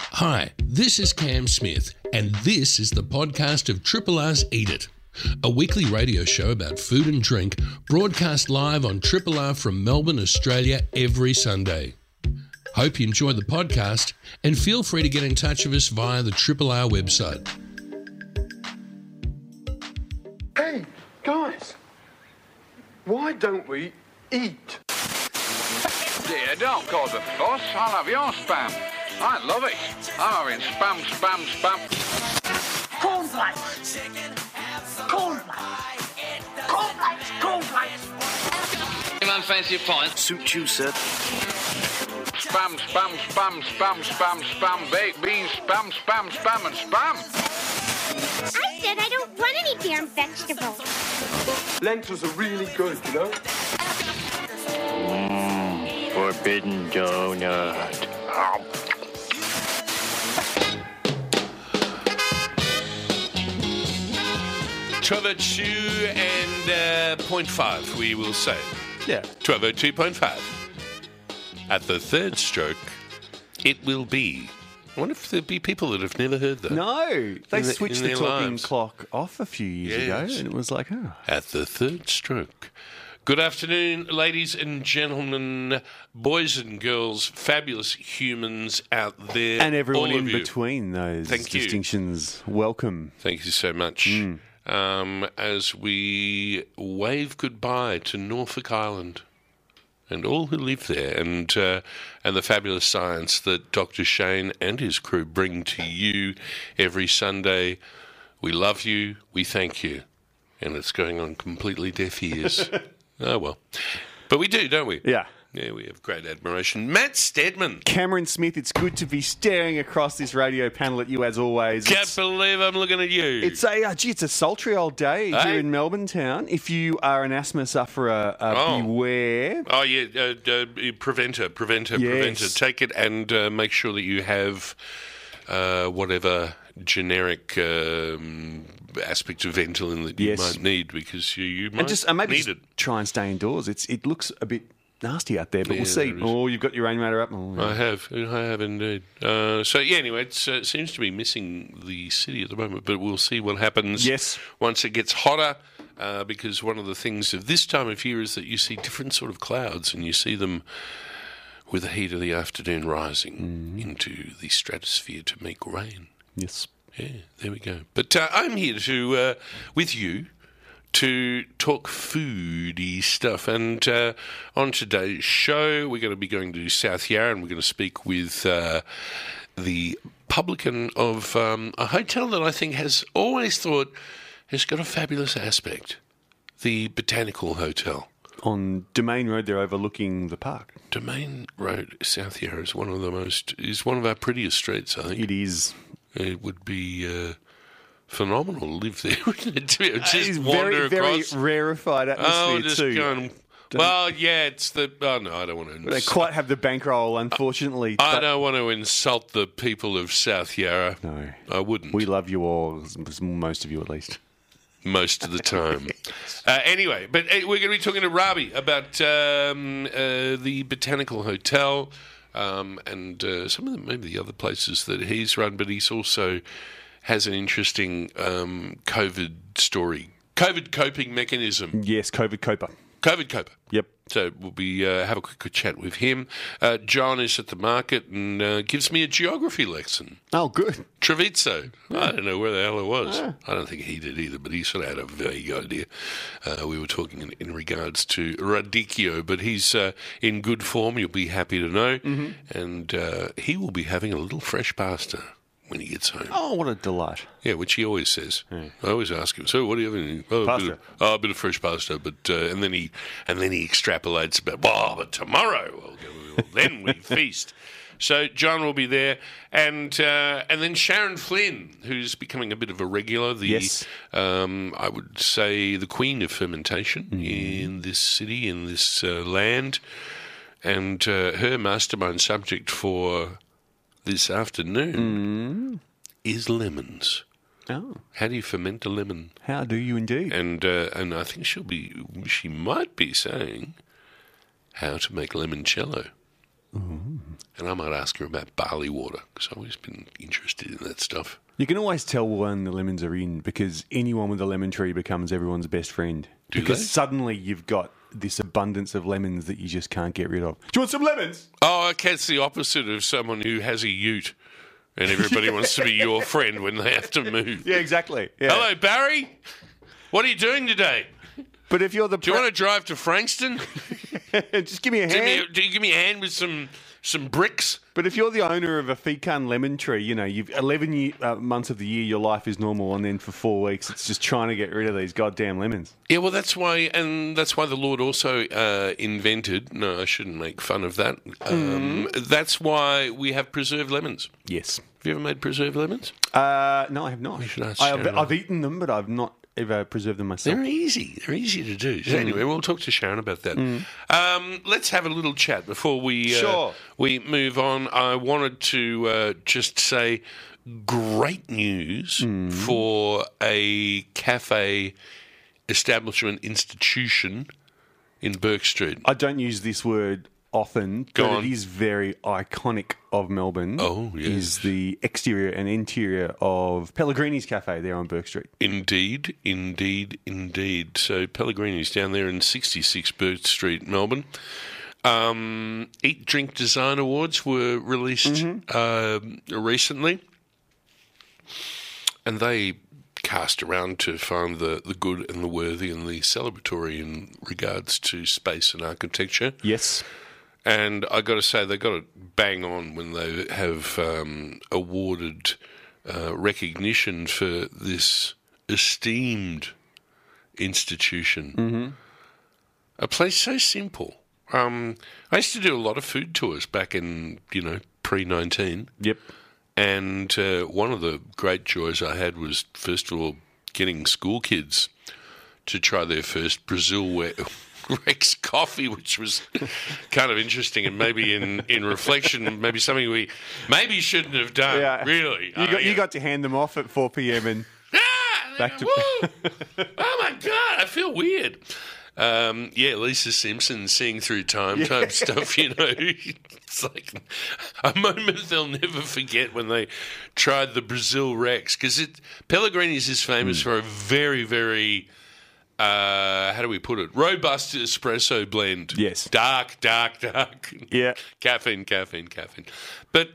Hi, this is Cam Smith, and this is the podcast of Triple R's Eat It, a weekly radio show about food and drink broadcast live on Triple R from Melbourne, Australia every Sunday. Hope you enjoy the podcast and feel free to get in touch with us via the Triple R website. Hey, guys, why don't we eat? Dear, don't call the fuss. I'll have your spam. I love it. I'm having spam, spam, spam. Cornflakes. Cornflakes. Cornflakes. Cornflakes. Anyone fancy a pint? suit you, sir. Spam, spam, spam, spam, spam, spam, baked beans, spam, spam, spam, and spam. I said I don't want any damn vegetables. Lentils are really good, you know? Forbidden donut. Trevor two and uh, 0.5, we will say. Yeah. Trevor 2.5. At the third stroke, it will be. I wonder if there'd be people that have never heard that. No, they the- switched in the their talking lives. clock off a few years Yes. ago, and it was like, oh, At the third stroke. Good afternoon, ladies and gentlemen, boys and girls, fabulous humans out there. and everyone all in of you. between those Thank you. distinctions. Welcome. Thank you so much. Hmm. Um, as we wave goodbye to Norfolk Island and all who live there, and uh, and the fabulous science that Dr. Shane and his crew bring to you every Sunday, we love you. We thank you, and it's going on completely deaf ears. oh well, but we do, don't we? Yeah. Yeah, we have great admiration. Matt Stedman. Cameron Smith, it's good to be staring across this radio panel at you as always. Can't It's- believe I'm looking at you. It's a uh, gee, it's a sultry old day here Hey. in Melbourne town. If you are an asthma sufferer, uh, Oh. beware. Oh yeah, uh, uh, preventer, preventer, Yes. preventer. Take it and uh, make sure that you have uh, whatever generic um, aspect of Ventolin that you Yes. might need because you, you might And just and maybe need just it. try and stay indoors. It's it looks a bit nasty out there, but we'll Yeah, see. there is. Oh, you've got your rain matter up. Oh, I have, I have indeed. Uh, so yeah, anyway, it's, uh, it seems to be missing the city at the moment, but we'll see what happens. Yes. once it gets hotter. Uh, because one of the things of this time of year is that you see different sort of clouds, and you see them with the heat of the afternoon rising into the stratosphere to make rain. yes. Yeah, there we go. But uh, I'm here to, uh, with you, to talk foodie stuff. And uh, on today's show, we're going to be going to South Yarra and we're going to speak with uh, the publican of um, a hotel that I think has always thought has got a fabulous aspect the Botanical Hotel. On Domain Road, they're overlooking the park. Domain Road, South Yarra, is one of the most, is one of our prettiest streets, I think. It is It would be uh, phenomenal to live there, wouldn't it? To be able Uh, to It's just very, wander very across. rarefied atmosphere oh, just too. going. Well, yeah, it's the. Oh no, I don't want to. They Ins- quite have the bankroll, unfortunately. I but don't want to insult the people of South Yarra. No. I wouldn't. We love you all, most of you at least. most of the time. uh, anyway, but uh, we're going to be talking to Robbie about um, uh, the Botanical Hotel um, and uh, some of the, maybe the other places that he's run, but he's also has an interesting um, COVID story. COVID coping mechanism. Yes, COVID coper. COVID coper. Yep. So we'll be uh, have a quick chat with him. Uh, John is at the market and uh, gives me a geography lesson. Oh, good. Trevizo. I don't know where the hell it was. I don't think he did either, but he sort of had a vague idea. Uh, we were talking in, in regards to Radicchio, but he's uh, in good form, you'll be happy to know. And uh, he will be having a little fresh pasta when he gets home. Oh, what a delight. Yeah, which he always says. I always ask him, so what do you have? In, oh, A Pasta. bit of, oh, a bit of fresh pasta, but uh, and then he and then he extrapolates about. Well, but tomorrow, we'll go, we'll, then we feast. So John will be there, and uh, and then Sharon Flynn, who's becoming a bit of a regular. The Yes. um, I would say the queen of fermentation Mm-hmm. in this city, in this uh, land, and uh, her mastermind subject for this afternoon Mm-hmm. is lemons. Oh, How do you ferment a lemon? how do you indeed? And uh, and I think she'll be she might be saying how to make limoncello. Mm-hmm. And I might ask her about barley water because I've always been interested in that stuff. You can always tell when the lemons are in because anyone with a lemon tree becomes everyone's best friend. Do because they? suddenly you've got this abundance of lemons that you just can't get rid of. Do you want some lemons? Oh, okay, it's the opposite of someone who has a ute and everybody wants to be your friend when they have to move. Yeah, exactly. Yeah. Hello, Barry. What are you doing today? But if you're the Do you want to drive to Frankston? to just give me a hand? Give me a, do you give me a hand with some some bricks? But if you're the owner of a pecan lemon tree, you know, you've 11 ye uh, months of the year your life is normal, and then for four weeks it's just trying to get rid of these goddamn lemons. Yeah, well, that's why, and that's why the Lord also uh, invented. No, I shouldn't make fun of that. Um, That's why we have preserved lemons. Yes. Have you ever made preserved lemons? Uh, no, I have not. should ask I have, Sharon. I've eaten them, but I've not ever preserved them myself. They're easy. They're easy to do. So anyway, we'll talk to Sharon about that. Um, let's have a little chat before we uh, Sure. we move on. I wanted to uh, just say great news for a cafe establishment institution in Burke Street. I don't use this word often, Go but on. it is very iconic of Melbourne. Oh, yes. Is the exterior and interior of Pellegrini's Cafe there on Burke Street. Indeed, indeed, indeed. So Pellegrini's down there in 66 Burt Street, Melbourne. Um, Eat Drink Design Awards were released um recently, and they cast around to find the, the good and the worthy and the celebratory in regards to space and architecture. Yes. And I got to say, they got it bang on when they have um, awarded uh, recognition for this esteemed institution. A place so simple. Um, I used to do a lot of food tours back in, you know, pre 19. Yep. And uh, one of the great joys I had was, first of all, getting school kids to try their first Brazil we- Rex coffee, which was kind of interesting. And maybe in, in reflection, maybe something we maybe shouldn't have done. Ah, Really. You, got, you got to hand them off at 4 p.m. and Back Back to to- Ah! oh my god, I feel weird. Um, yeah, Lisa Simpson seeing through time type stuff, you know. It's like a moment they'll never forget when they tried the Brazil Rex because it Pellegrini's is Hmm. famous for a very, very uh, how do we put it? Robust espresso blend. Yes. Dark, dark, dark. Yeah. Caffeine, caffeine, caffeine. But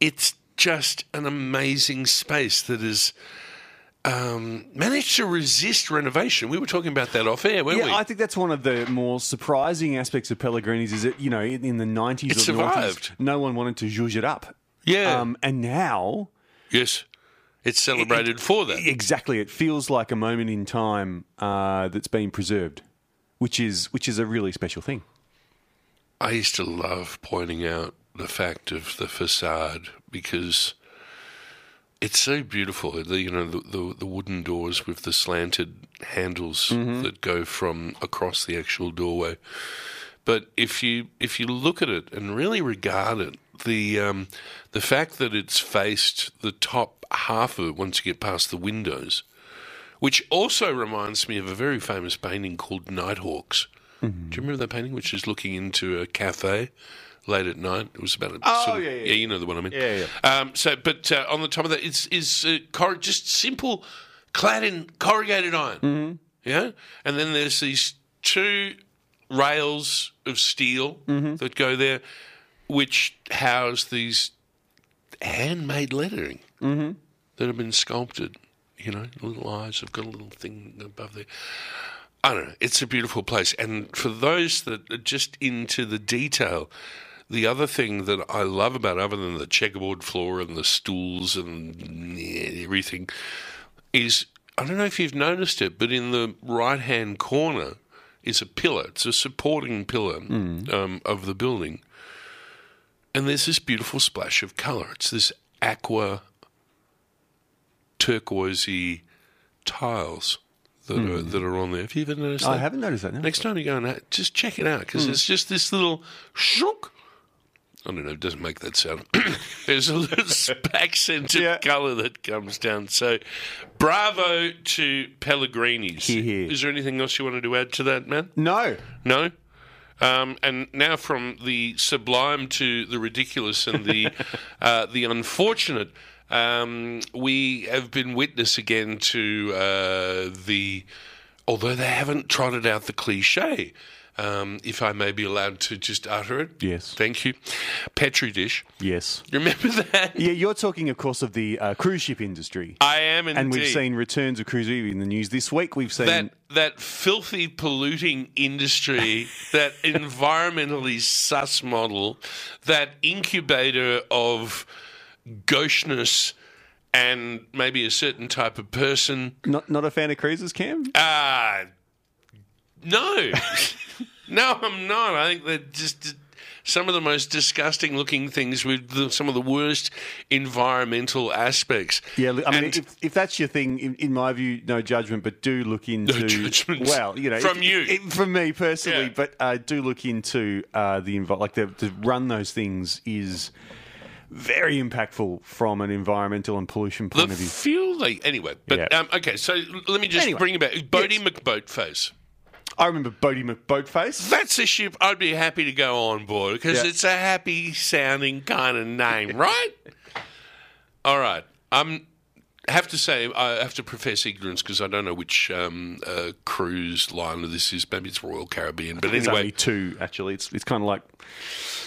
it's just an amazing space that has um, managed to resist renovation. We were talking about that off air, weren't Yeah, we? I think that's one of the more surprising aspects of Pellegrini's is that, you know, in, in the 90s It or the survived. 90s, no one wanted to zhuzh it up. Yeah. Um, and now, yes. It's celebrated for that. exactly, it feels like a moment in time uh, that's been preserved, which is which is a really special thing. I used to love pointing out the fact of the facade because it's so beautiful. The, you know, the, the, the wooden doors with the slanted handles Mm-hmm. that go from across the actual doorway. But if you if you look at it and really regard it, the um, the fact that it's faced the top half of it once you get past the windows, which also reminds me of a very famous painting called Nighthawks. Mm-hmm. Do you remember that painting, which is looking into a cafe late at night? It was about a Oh, sort of- yeah, yeah, you know the one I mean. Yeah, Um, so, but uh, on the top of that is is uh, cor- just simple, clad in corrugated iron. Mm-hmm. Yeah, and then there's these two rails of steel that go there, which house these handmade lettering that have been sculpted. You know, little eyes have got a little thing above there. I don't know. It's a beautiful place. And for those that are just into the detail, the other thing that I love about, other than the checkerboard floor and the stools and yeah, everything, is I don't know if you've noticed it, but in the right hand corner is a pillar. It's a supporting pillar Mm. um, of the building. And there's this beautiful splash of colour. It's this aqua turquoisey tiles that are that are on there. Have you ever noticed that? Hmm. I haven't noticed that now. Next time you go and ha- just check it out because it's just this little shook. I don't know. It doesn't make that sound. There's a little accented Yeah. colour that comes down. So, bravo to Pellegrini's. Hear, hear. Is there anything else you wanted to add to that, man? No. No. Um, and now from the sublime to the ridiculous and the uh, the unfortunate, um, we have been witness again to uh, the. Although they haven't trotted out the cliche, um, if I may be allowed to just utter it. Yes. Thank you. Petri dish. Yes. Remember that? Yeah, you're talking, of course, of the uh, cruise ship industry. I am indeed. and we've seen returns of cruise ship in the news this week. We've seen that that filthy polluting industry, that environmentally sus model, that incubator of gaucheness and maybe a certain type of person. not not a fan of cruises, Cam. Uh, no, no, I'm not. I think they're just some of the most disgusting looking things with the, some of the worst environmental aspects. Yeah, look, I mean, And- if, if that's your thing, in, in my view, no judgment, but do look into. judgment. Well, you know, From you. from me personally, Yeah. but uh, do look into uh, the invo- like the, to run those things is very impactful from an environmental and pollution point the of view. fuel they anyway. But Yeah. um, okay, so l- let me just Anyway, bring it back. Bodie yes. McBoatface. I remember Bodie McBoatface. That's a ship I'd be happy to go on board because Yeah. it's a happy sounding kind of name, right? All right. I'm have to say I have to profess ignorance because I don't know which um, uh, cruise line this is. Maybe it's Royal Caribbean, but There's only anyway, two actually. It's it's kind of like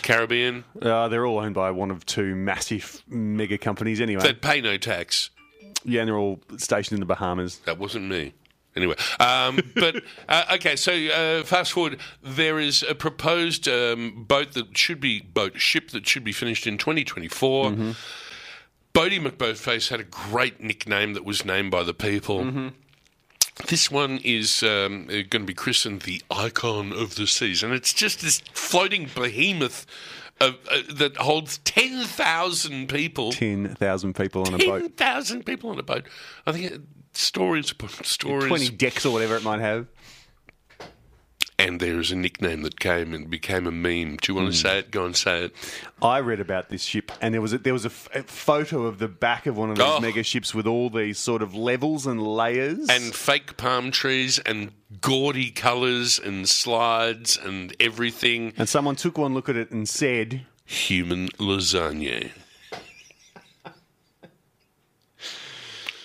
Caribbean uh, they're all owned by one of two massive mega companies anyway. that pay no tax. yeah, and they're all stationed in the Bahamas. That wasn't me. Anyway, um, but uh, okay. So uh, fast forward. There is a proposed um, boat that should be boat ship that should be finished in 2024. Bodie McBoatface had a great nickname that was named by the people. This one is um, going to be christened the Icon of the Seas, and it's just this floating behemoth of, uh, that holds ten thousand people. Ten thousand people on a Ten boat. thousand people on a boat. I think uh, stories upon stories. Twenty decks or whatever it might have. And there is a nickname that came and became a meme. Do you Hmm. want to say it? Go and say it. I read about this ship, and there was a, there was a, f- a photo of the back of one of these Oh. mega ships with all these sort of levels and layers. And fake palm trees and gaudy colours and slides and everything. and someone took one look at it and said, Human lasagna.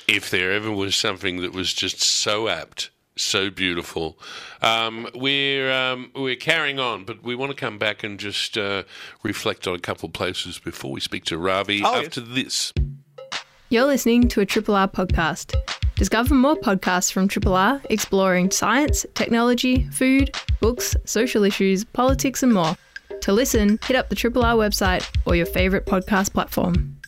if there ever was something that was just so apt, so beautiful, um, we're um, we're carrying on, but we want to come back and just uh, reflect on a couple places before we speak to Ravi Oh, yes. after this. You're listening to a Triple R podcast. Discover more podcasts from Triple R exploring science, technology, food, books, social issues, politics, and more. To listen, hit up the Triple R website or your favourite podcast platform.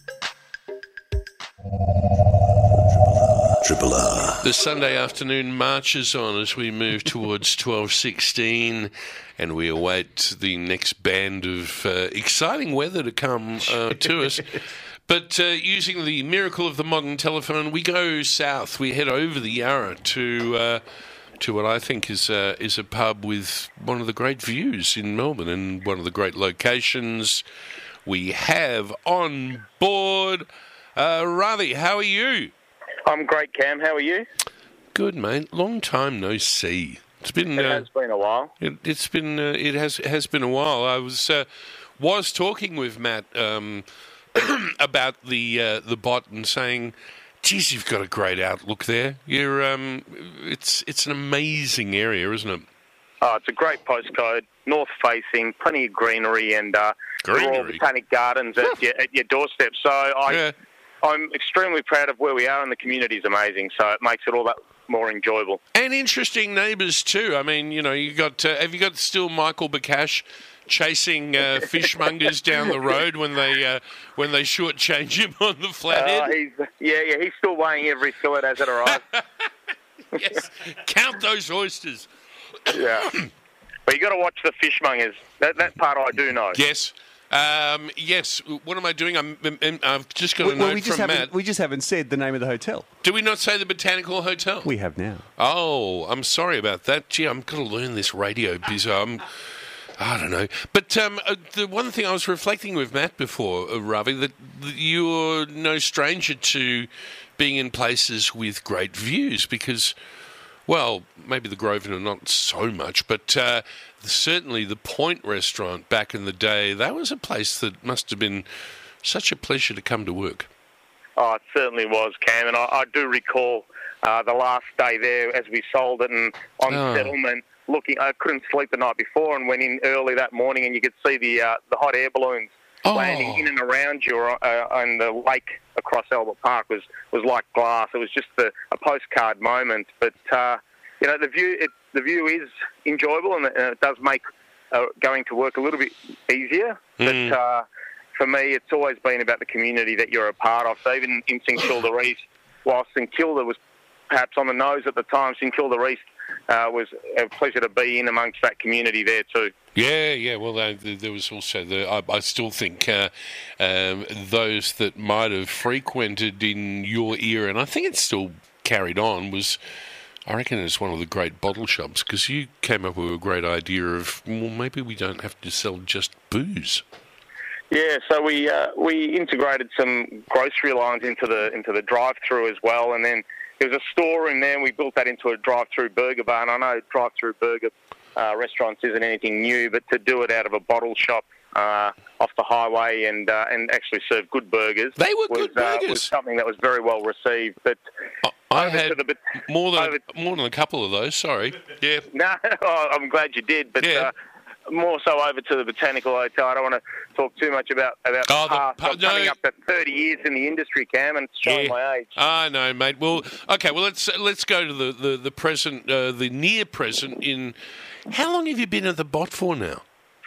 Triple R. The Sunday afternoon marches on as we move towards 12.16 and we await the next band of uh, exciting weather to come uh, to us. But uh, using the miracle of the modern telephone, we go south. We head over the Yarra to... Uh, to what I think is uh, is a pub with one of the great views in Melbourne and one of the great locations we have on board. Uh, Ravi, how are you? I'm great, Cam. How are you? Good mate, long time no see. It's been uh, been a while. it, it's been uh, it has has been a while. I was uh, was talking with Matt um, about the uh, the bot and saying, "Geez, you've got a great outlook there. You're um, it's it's an amazing area, isn't it? Oh, it's a great postcode, north facing, plenty of greenery and uh, Royal Greenery. Botanic Gardens at your, at your doorstep. So I, Yeah. I'm extremely proud of where we are, and the community is amazing. So it makes it all that more enjoyable. And interesting neighbours too. I mean, you know, you got uh, have you got still Michael Bakash chasing uh, fishmongers down the road when they uh, when they shortchange him on the flathead? Uh, he's, yeah, yeah, he's still weighing every fillet as it arrives. yes, count those oysters. yeah. But you got to watch the fishmongers. That, that part I do know. Yes. Um, yes. What am I doing? I'm, I'm, I've just got a well, note we just from haven't Matt. we just haven't said the name of the hotel. Do we not say the Botanical Hotel? We have now. oh, I'm sorry about that. Gee, I'm going to learn this radio biz. I'm, I don't know. But um, uh, the one thing I was reflecting with Matt before, uh, Ravi, that that you're no stranger to being in places with great views because Well, maybe the Grosvenor not so much, but uh, certainly the Point restaurant back in the day, that was a place that must have been such a pleasure to come to work. Oh, it certainly was, Cam, and I, I do recall uh, the last day there as we sold it and on Oh. settlement. Looking, I couldn't sleep the night before and went in early that morning, and you could see the uh, the hot air balloons Oh. landing in and around you uh, on the lake across Albert Park was was like glass. It was just a, a postcard moment, but uh, you know the view it, the view is enjoyable and it, and it does make uh, going to work a little bit easier. But uh, for me, it's always been about the community that you're a part of. So even in St Kilda East, while St Kilda was perhaps on the nose at the time, St Kilda East uh, was a pleasure to be in amongst that community there too. Yeah, yeah. Well, uh, th- there was also the. I, I still think uh, um, those that might have frequented in your era, and I think it's still carried on, was. I reckon it's one of the great bottle shops because you came up with a great idea of well, maybe we don't have to sell just booze. Yeah, so we uh, we integrated some grocery lines into the into the drive-through as well, and then there was a store in there. and We built that into a drive-through burger bar, and I know drive-through burger uh, restaurants isn't anything new, but to do it out of a bottle shop uh, off the highway and uh, and actually serve good burgers, They were was, good Uh, burgers. was something that was very well received. But I, I Over had to the bit- more than over- more than a couple of those. Sorry. Yeah. No, oh, I'm glad you did, but Yeah. uh, more so over to the Botanical Hotel. I don't want to talk too much about about Oh, the the past. pub- I'm coming no. up to 30 years in the industry, Cam, and it's showing Yeah. Uh, my age. I know, mate. Well, okay. Well, let's let's go to the the, the present, uh, the near present. In how long have you been at the bot for now?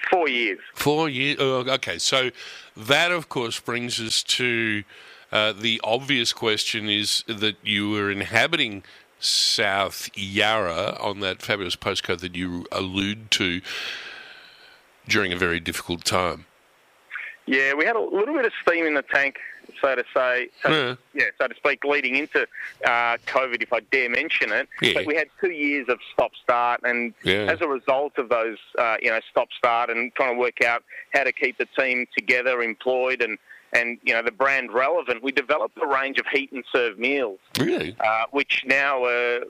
Four years. Four years. Uh, okay, so that, of course, brings us to uh, the obvious question: is that you were inhabiting South Yarra on that fabulous postcode that you allude to during a very difficult time. Yeah, we had a little bit of steam in the tank, so to say. So, Yeah. yeah, so to speak, leading into uh, COVID, if I dare mention it. Yeah. But we had two years of stop start, and Yeah. as a result of those, uh, you know, stop start and trying to work out how to keep the team together, employed, and and you know the brand relevant, we developed a range of heat and serve meals. Really? uh, which now are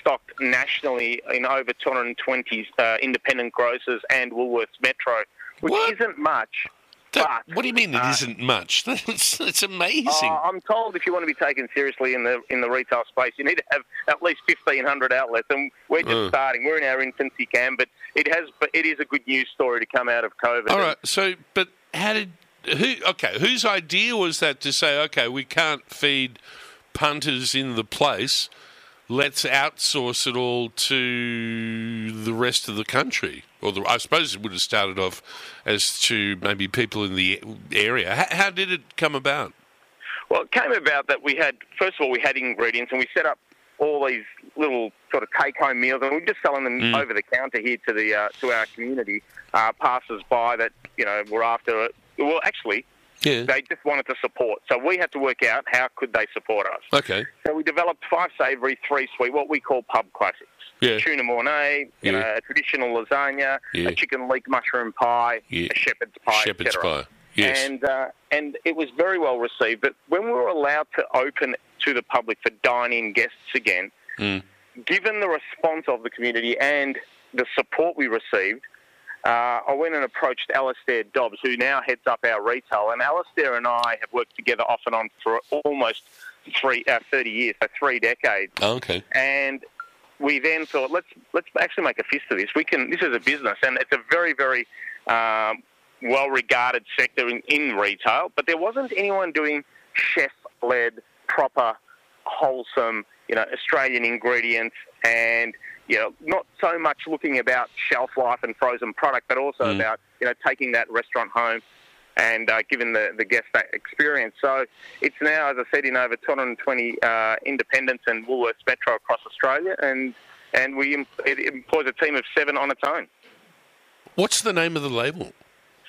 stocked nationally in over 220 uh, independent grocers and Woolworths Metro, which What? isn't much. That- but, what do you mean? It uh, not much. That's, that's amazing. uh, I'm told if you want to be taken seriously in the in the retail space, you need to have at least 1,500 outlets, and we're just Uh. starting. We're in our infancy, Cam, but it has. But it is a good news story to come out of COVID. All right. So, but how did who? Okay, whose idea was that to say, okay, we can't feed punters in the place. Let's outsource it all to the rest of the country. Or the, I suppose it would have started off as to maybe people in the area. How, how did it come about? Well, it came about that we had, first of all, we had ingredients and we set up all these little sort of take-home meals, and we we're just selling them Mm. over the counter here to the uh, to our community uh, passers-by that you know were after it. Well, actually, Yeah. they just wanted to support, so we had to work out how could they support us. Okay. So we developed five savoury, three sweet, what we call pub classics. Yeah. Tuna mornay, you Yeah. know, a traditional lasagna, Yeah. a chicken leek mushroom pie, Yeah. a shepherd's pie, Shepherd's etc. pie. Yes. And uh, and it was very well received. But when we were allowed to open to the public for dine-in guests again, Mm. given the response of the community and the support we received, uh, I went and approached Alastair Dobbs, who now heads up our retail. And Alastair and I have worked together off and on for almost three, uh, 30 years, so three decades oh, okay. and we then thought let's let's actually make a fist of this. We can. This is a business, and it's a very very um, well regarded sector in, in retail. But there wasn't anyone doing chef led, proper, wholesome, you know, Australian ingredients, and you know, not so much looking about shelf life and frozen product, but also about you know taking that restaurant home and uh, given the, the guest that experience. So it's now, as I said, in over 220 uh, independents and Woolworths Metro across Australia, and and we em- it employs a team of seven on its own. What's the name of the label?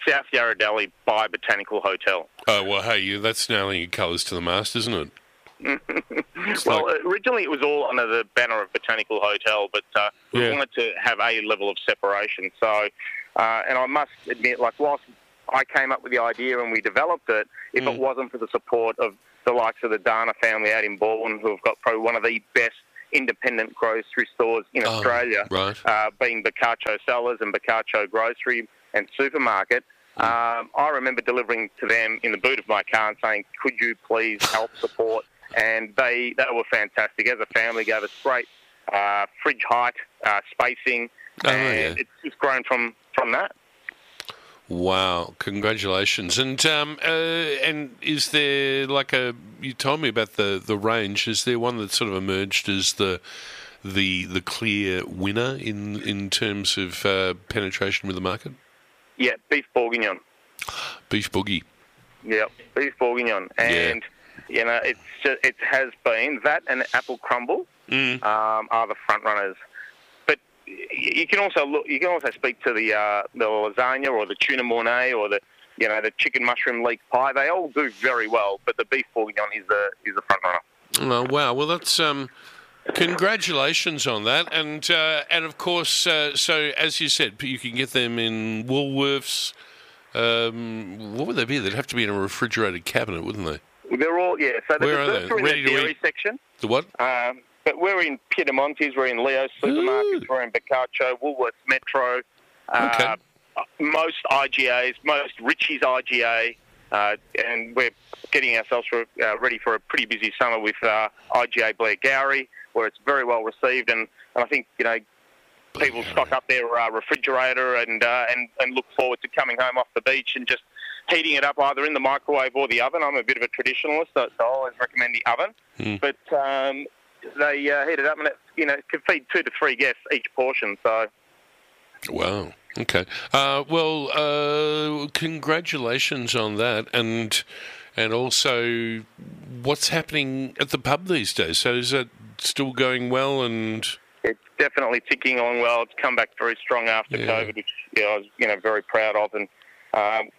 South Yarra Deli by Botanical Hotel. Oh well, hey, you, that's nailing your colours to the mast, isn't it? It's well, like- oh, originally it was all under the banner of Botanical Hotel, but uh, we Yeah. wanted to have a level of separation. So, uh, and I must admit, like whilst I came up with the idea and we developed it, if Mm. it wasn't for the support of the likes of the Dana family out in Baldwin, who have got probably one of the best independent grocery stores in Oh, Australia, right. uh, being Boccaccio Cellars and Boccaccio Grocery and Supermarket. Um, I remember delivering to them in the boot of my car and saying, "Could you please help support?" And they they were fantastic as a family. Gave us great uh, fridge height, uh, spacing, Oh, and yeah. it's just grown from from that. Wow! Congratulations. And um, uh, and is there like a? You told me about the the range. Is there one that sort of emerged as the the the clear winner in in terms of uh, penetration with the market? Yeah, beef bourguignon. Beef boogie. Yeah, beef bourguignon, and you know it's just, it has been that and apple crumble Mm. um, are the front runners. But y- you can also look, you can also speak to the uh, the lasagna or the tuna mornay or the you know the chicken mushroom leek pie. They all do very well, but the beef bourguignon is the is the front runner. Oh wow! Well, that's um, congratulations on that, and uh, and of course, uh, so as you said, you can get them in Woolworths. Um, what would they be? They'd have to be in a refrigerated cabinet, wouldn't they? They're all yeah. So the Where are they? desserts are in Ready to the dairy eat? section. The what? Um, but we're in Piedamontes, we're in Leo's supermarkets, we're in Boccaccio, Woolworths Metro, uh, most IGAs, most Richie's IGA, uh, and we're getting ourselves re- uh, ready for a pretty busy summer with uh, IGA Blair Gowrie, where it's very well received, and, and I think you know people stock up their uh, refrigerator and, uh, and and look forward to coming home off the beach and just heating it up either in the microwave or the oven. I'm a bit of a traditionalist, so so I always recommend the oven. But um, they uh, heat it up and it you know it could feed two to three guests each portion. So Wow. Okay. Uh, well, uh, congratulations on that, and and also what's happening at the pub these days. So is that still going well? And it's definitely ticking along well. It's come back very strong after Yeah. COVID, which yeah, I was you know very proud of. And um,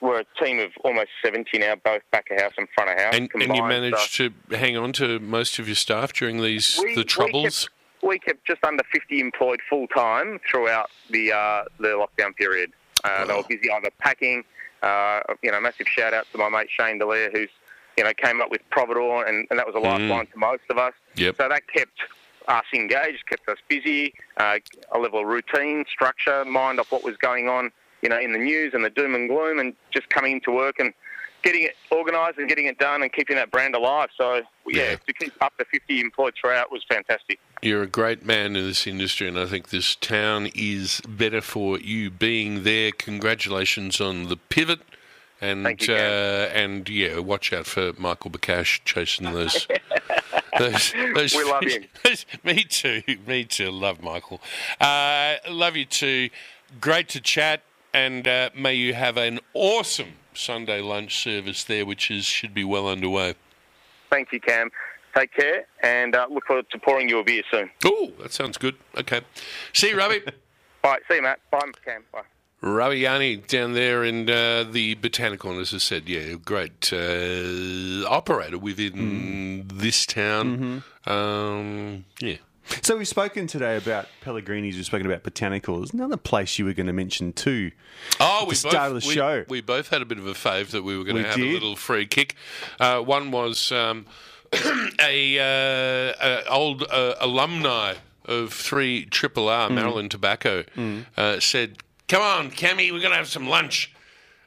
we're a team of almost 70 now, both back of house and front of house and, combined. and you so- managed to hang on to most of your staff during these the troubles. We kept, we kept just under 50 employed full time throughout the uh, the lockdown period. Uh, They were busy either packing. Uh, you know, massive shout out to my mate Shane Delaire, who's you know came up with Providor, and, and that was a lifeline to most of us. Mm. Yep. So that kept us engaged, kept us busy, uh, a level of routine, structure, mind off what was going on, you know, in the news and the doom and gloom, and just coming into work and getting it organised and getting it done and keeping that brand alive. So yeah, Yeah. to keep up to 50 employed throughout was fantastic. You're a great man in this industry, and I think this town is better for you being there. Congratulations on the pivot, and Thank you, uh, Gav. and yeah, watch out for Michael Bakash chasing those. those, those We love him. those- me too. Me too. Love Michael. Uh, love you too. Great to chat, and uh, may you have an awesome Sunday lunch service there, which is should be well underway. Thank you, Cam. Take care and uh, look forward to pouring you a beer soon. Oh, that sounds good. Okay, see you, Robbie. All right, see you, Matt. Bye, Cam. Bye. Raviani down there in uh, the botanical, as I said, yeah, great uh, operator within Hmm. this town. Mm-hmm. Um, yeah, So we've spoken today about Pellegrinis. We've spoken about botanicals. Another place you were going to mention too. Oh, we the start both, of the we, show. We both had a bit of a fave that we were going We to have a did. little free kick. Uh, one was um, a, uh, a old uh, alumni of three Triple R, Hmm. Maryland Tobacco, uh, said, "Come on, Cammy, we're going to have some lunch."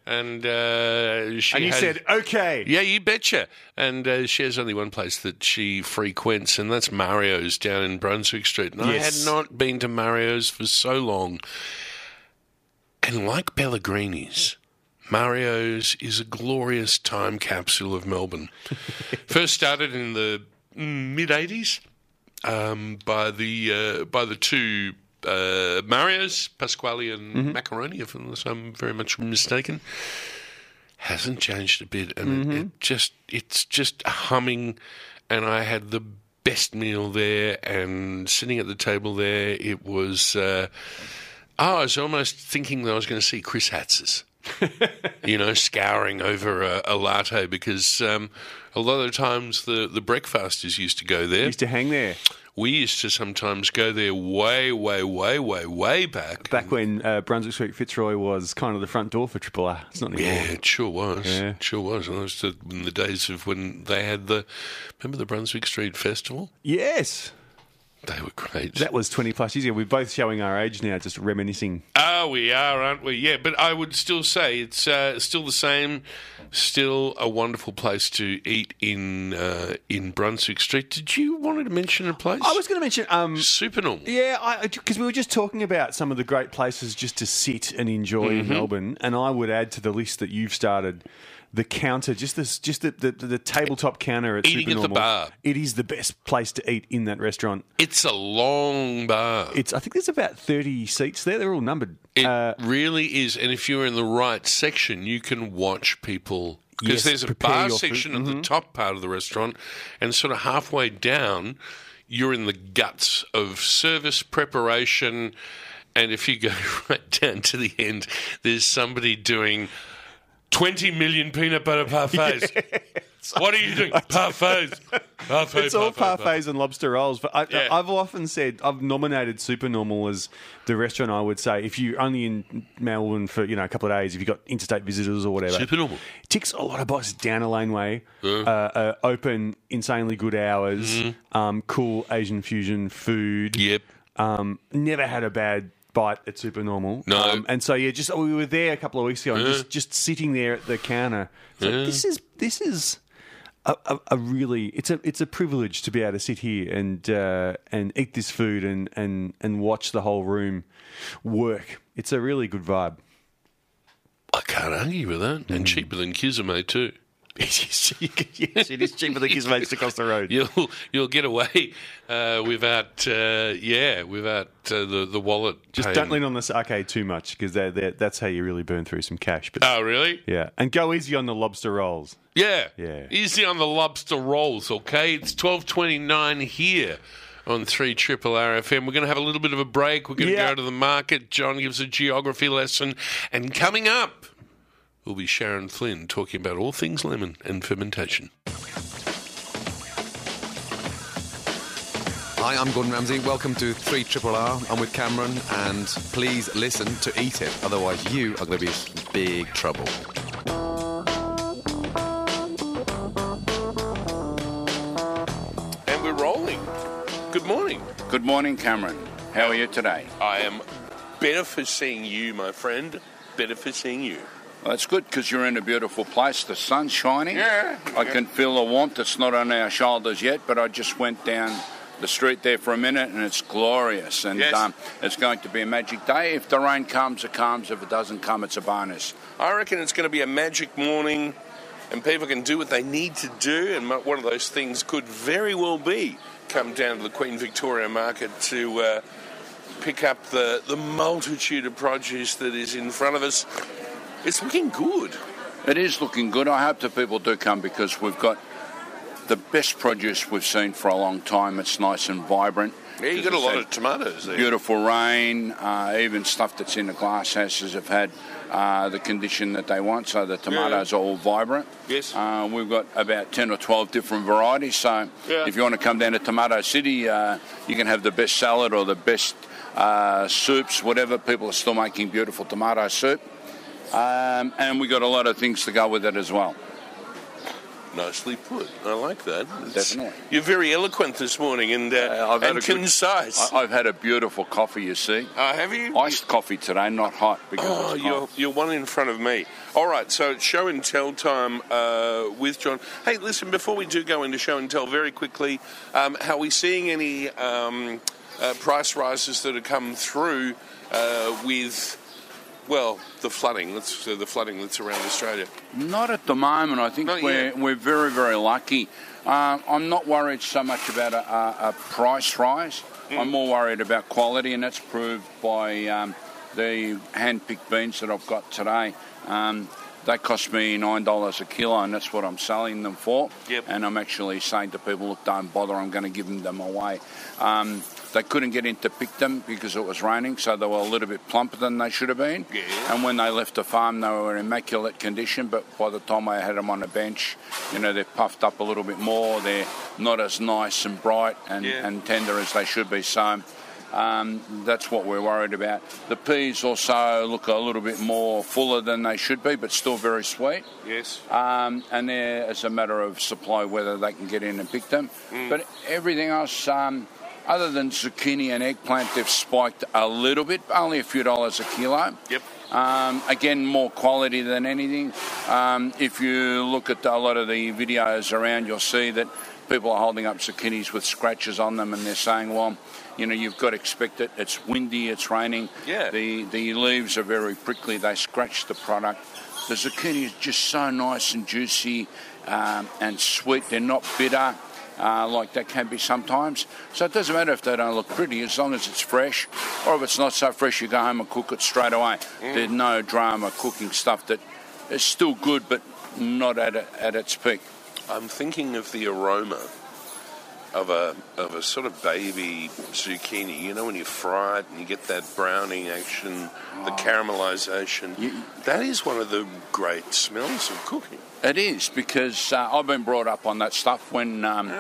And uh, she And you had- said okay. Yeah, you betcha. And uh, she has only one place that she frequents, and that's Mario's down in Brunswick Street. And Yes. I had not been to Mario's for so long. And like Pellegrini's, Mario's is a glorious time capsule of Melbourne. First started in the mid 80s um, by the uh, by the two uh, Mario's, Pasquale and Mm-hmm. Macaroni, if unless I'm very much mistaken, hasn't changed a bit, and Mm-hmm. it, it just it's just humming. And I had the best meal there, and sitting at the table there, it was. Uh, oh, I was almost thinking that I was going to see Chris Hatz's you know, scouring over a, a latte because um, a lot of the times the, the breakfasters used to go there. Used to hang there we used to sometimes go there way, way, way, way, way back. back when uh, Brunswick Street Fitzroy was kind of the front door for Triple R. It's not anymore. Yeah, it sure was. Yeah. It sure was. And those in the days of when they had the, remember the Brunswick Street Festival? Yes. They were great. That was 20 plus years ago. We're both showing our age now, just reminiscing. Ah, we are, aren't we? Yeah, but I would still say it's uh, still the same. Still a wonderful place to eat in uh, in Brunswick Street. Did you wanted to mention a place? I was going to mention um, Supernormal. Yeah, because we were just talking about some of the great places just to sit and enjoy in Mhm. Melbourne, and I would add to the list that you've started the counter, just this, just the, the, the tabletop counter at Eating at the Supernormal. bar. It is the best place to eat in that restaurant. It's a long bar. It's I think there's about thirty seats there. They're all numbered. It really is. And if you're in the right section, you can watch people. Yes, Because there's a prepare bar your food. Mm-hmm. section at the top part of the restaurant, and sort of halfway down, you're in the guts of service preparation. And if you go right down to the end, there's somebody doing 20 million peanut butter parfaits. What are you doing? Parfaits. Parfait, It's all parfait, parfait. parfaits and lobster rolls, but I, Yeah. I've often said I've nominated Supernormal as the restaurant I would say if you're only in Melbourne for you know a couple of days, if you've got interstate visitors or whatever. Supernormal. ticks a lot of boxes down a laneway, uh, uh, open, insanely good hours, Mm-hmm. um, cool Asian fusion food. Yep. Um, never had a bad bite at Supernormal. No. Um, and so yeah, just we were there a couple of weeks ago, and Yeah. just just sitting there at the counter. It's like, Yeah. This is this is. A, a, a really, it's a it's a privilege to be able to sit here and uh, and eat this food and, and and watch the whole room work. It's a really good vibe. I can't argue with that. Hmm. And cheaper than Kizome, too. yes, it is cheaper than Gizmates across the road. you'll you'll get away uh, without uh, yeah without uh, the the wallet. Just paying. don't lean on this arcade too much because that's how you really burn through some cash. But Oh really? yeah, and go easy on the lobster rolls. Yeah. Yeah. Easy on the lobster rolls. Okay, it's twelve twenty nine here. On three triple R FM, we're going to have a little bit of a break. We're going to Yeah. go to the market. John gives a geography lesson, and coming up, will be Sharon Flynn talking about all things lemon and fermentation. Hi, I'm Gordon Ramsay. Welcome to 3 Triple R. I'm with Cameron, and please listen to Eat It, otherwise, you are going to be in big trouble. And we're rolling. Good morning. Good morning, Cameron. How are you today? I am better for seeing you, my friend. Better for seeing you. Well, that's good because you're in a beautiful place. The sun's shining. Yeah. I can feel the warmth that's not on our shoulders yet, but I just went down the street there for a minute and it's glorious. And Yes. um, it's going to be a magic day. If the rain comes, it comes. If it doesn't come, it's a bonus. I reckon it's going to be a magic morning and people can do what they need to do. And mo- one of those things could very well be come down to the Queen Victoria Market to uh, pick up the, the multitude of produce that is in front of us. It's looking good. It is looking good. I hope that people do come because we've got the best produce we've seen for a long time. It's nice and vibrant. Yeah, you got a lot of tomatoes there. Beautiful rain, uh, even stuff that's in the glass houses have had uh, the condition that they want, so the tomatoes are all vibrant. Yes. Uh, we've got about 10 or 12 different varieties, so Yeah. if you want to come down to Tomato City, uh, you can have the best salad or the best uh, soups, whatever. People are still making beautiful tomato soup. Um, and we got a lot of things to go with it as well. Nicely put. I like that. It's- Definitely. You're very eloquent this morning and, uh, I've had and a good- concise. I, I've had a beautiful coffee, you see. uh, have you? Iced coffee today, not hot because Oh, it's you're, cold. you're one in front of me. All right, so it's show and tell time uh, with John. Hey, listen, before we do go into show and tell, very quickly, um, how are we seeing any um, uh, price rises that have come through uh, with, well, the flooding, that's, uh, the flooding that's around Australia? Not at the moment. I think Not we're, yet. we're very, very lucky. Um, I'm not worried so much about a, a, a price rise. Mm. I'm more worried about quality, and that's proved by um, the hand-picked beans that I've got today. Um, they cost me nine dollars a kilo, and that's what I'm selling them for. Yep. And I'm actually saying to people, look, don't bother. I'm going to give them them away. Um, they couldn't get in to pick them because it was raining, so they were a little bit plumper than they should have been. Yeah. And when they left the farm, they were in immaculate condition. But by the time I had them on a bench, you know, they're puffed up a little bit more. They're not as nice and bright and, Yeah. and tender as they should be. So um, that's what we're worried about. The peas also look a little bit more fuller than they should be, but still very sweet. Yes. Um, and Mm. there, it's a matter of supply whether they can get in and pick them. But everything else, um, Other than zucchini and eggplant, they've spiked a little bit, only a few dollars a kilo. Yep. Um, again, more quality than anything. Um, if you look at a lot of the videos around, you'll see that people are holding up zucchinis with scratches on them, and they're saying, "Well, you know, you've got to expect it. It's windy, it's raining. Yeah. The the leaves are very prickly. They scratch the product. The zucchini is just so nice and juicy um, and sweet. They're not bitter." Uh, like they can be sometimes. So it doesn't matter if they don't look pretty, as long as it's fresh, or if it's not so fresh, you go home and cook it straight away. Mm. There's no drama cooking stuff that is still good, but not at, a, at its peak. I'm thinking of the aroma of a of a sort of baby zucchini. You know, when you fry it and you get that browning action, the Oh. caramelization. that is one of the great smells of cooking. It is because uh, I've been brought up on that stuff. When um,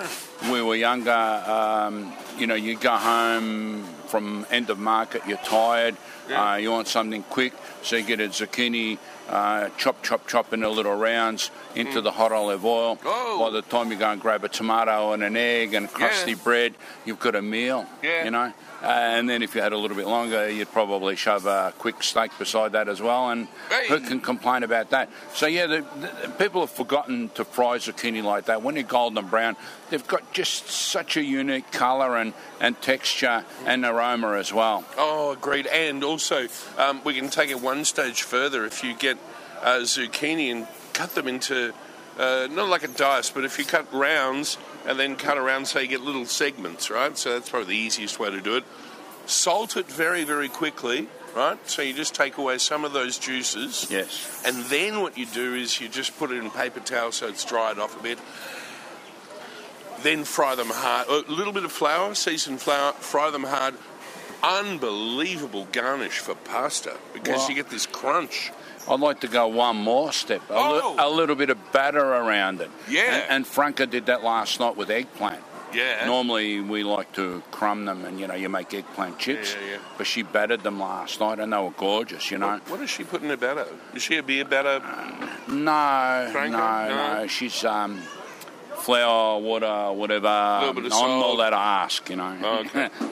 we were younger, um, you know, you go home from end of market, you're tired, uh, you want something quick, so you get a zucchini, uh, chop, chop, chop into little rounds into Mm. Oh. the hot olive oil. By the time you go and grab a tomato and an egg and crusty Yeah. bread, you've got a meal. Yeah. You know. Uh, and then if you had a little bit longer, you'd probably shove a quick steak beside that as well. And who can complain about that? So yeah, the, the, people have forgotten to fry zucchini like that. When they're golden and brown, they've got just such a unique colour and, and texture and aroma as well. Oh, agreed. And also, um, we can take it one stage further if you get uh, zucchini and cut them into uh, not like a dice, but if you cut rounds and then cut around so you get little segments, right? So that's probably the easiest way to do it. Salt it very, very quickly, right? So you just take away some of those juices. Yes. And then what you do is you just put it in paper towel so it's dried off a bit. Then fry them hard. A little bit of flour, seasoned flour, fry them hard. Unbelievable garnish for pasta because Wow. you get this crunch. Oh! I'd like to go one more step. A, li- a little bit of batter around it. Yeah. And, and Franca did that last night with eggplant. Yeah. Normally we like to crumb them and you know you make eggplant chips. yeah, yeah. But she battered them last night and they were gorgeous. You know. What, what does she put in her batter? Is she a beer batter? No, Franco? no, No? no, She's um, flour, water, uh, whatever. Little bit I'm of salt. not allowed to ask, you know. Oh,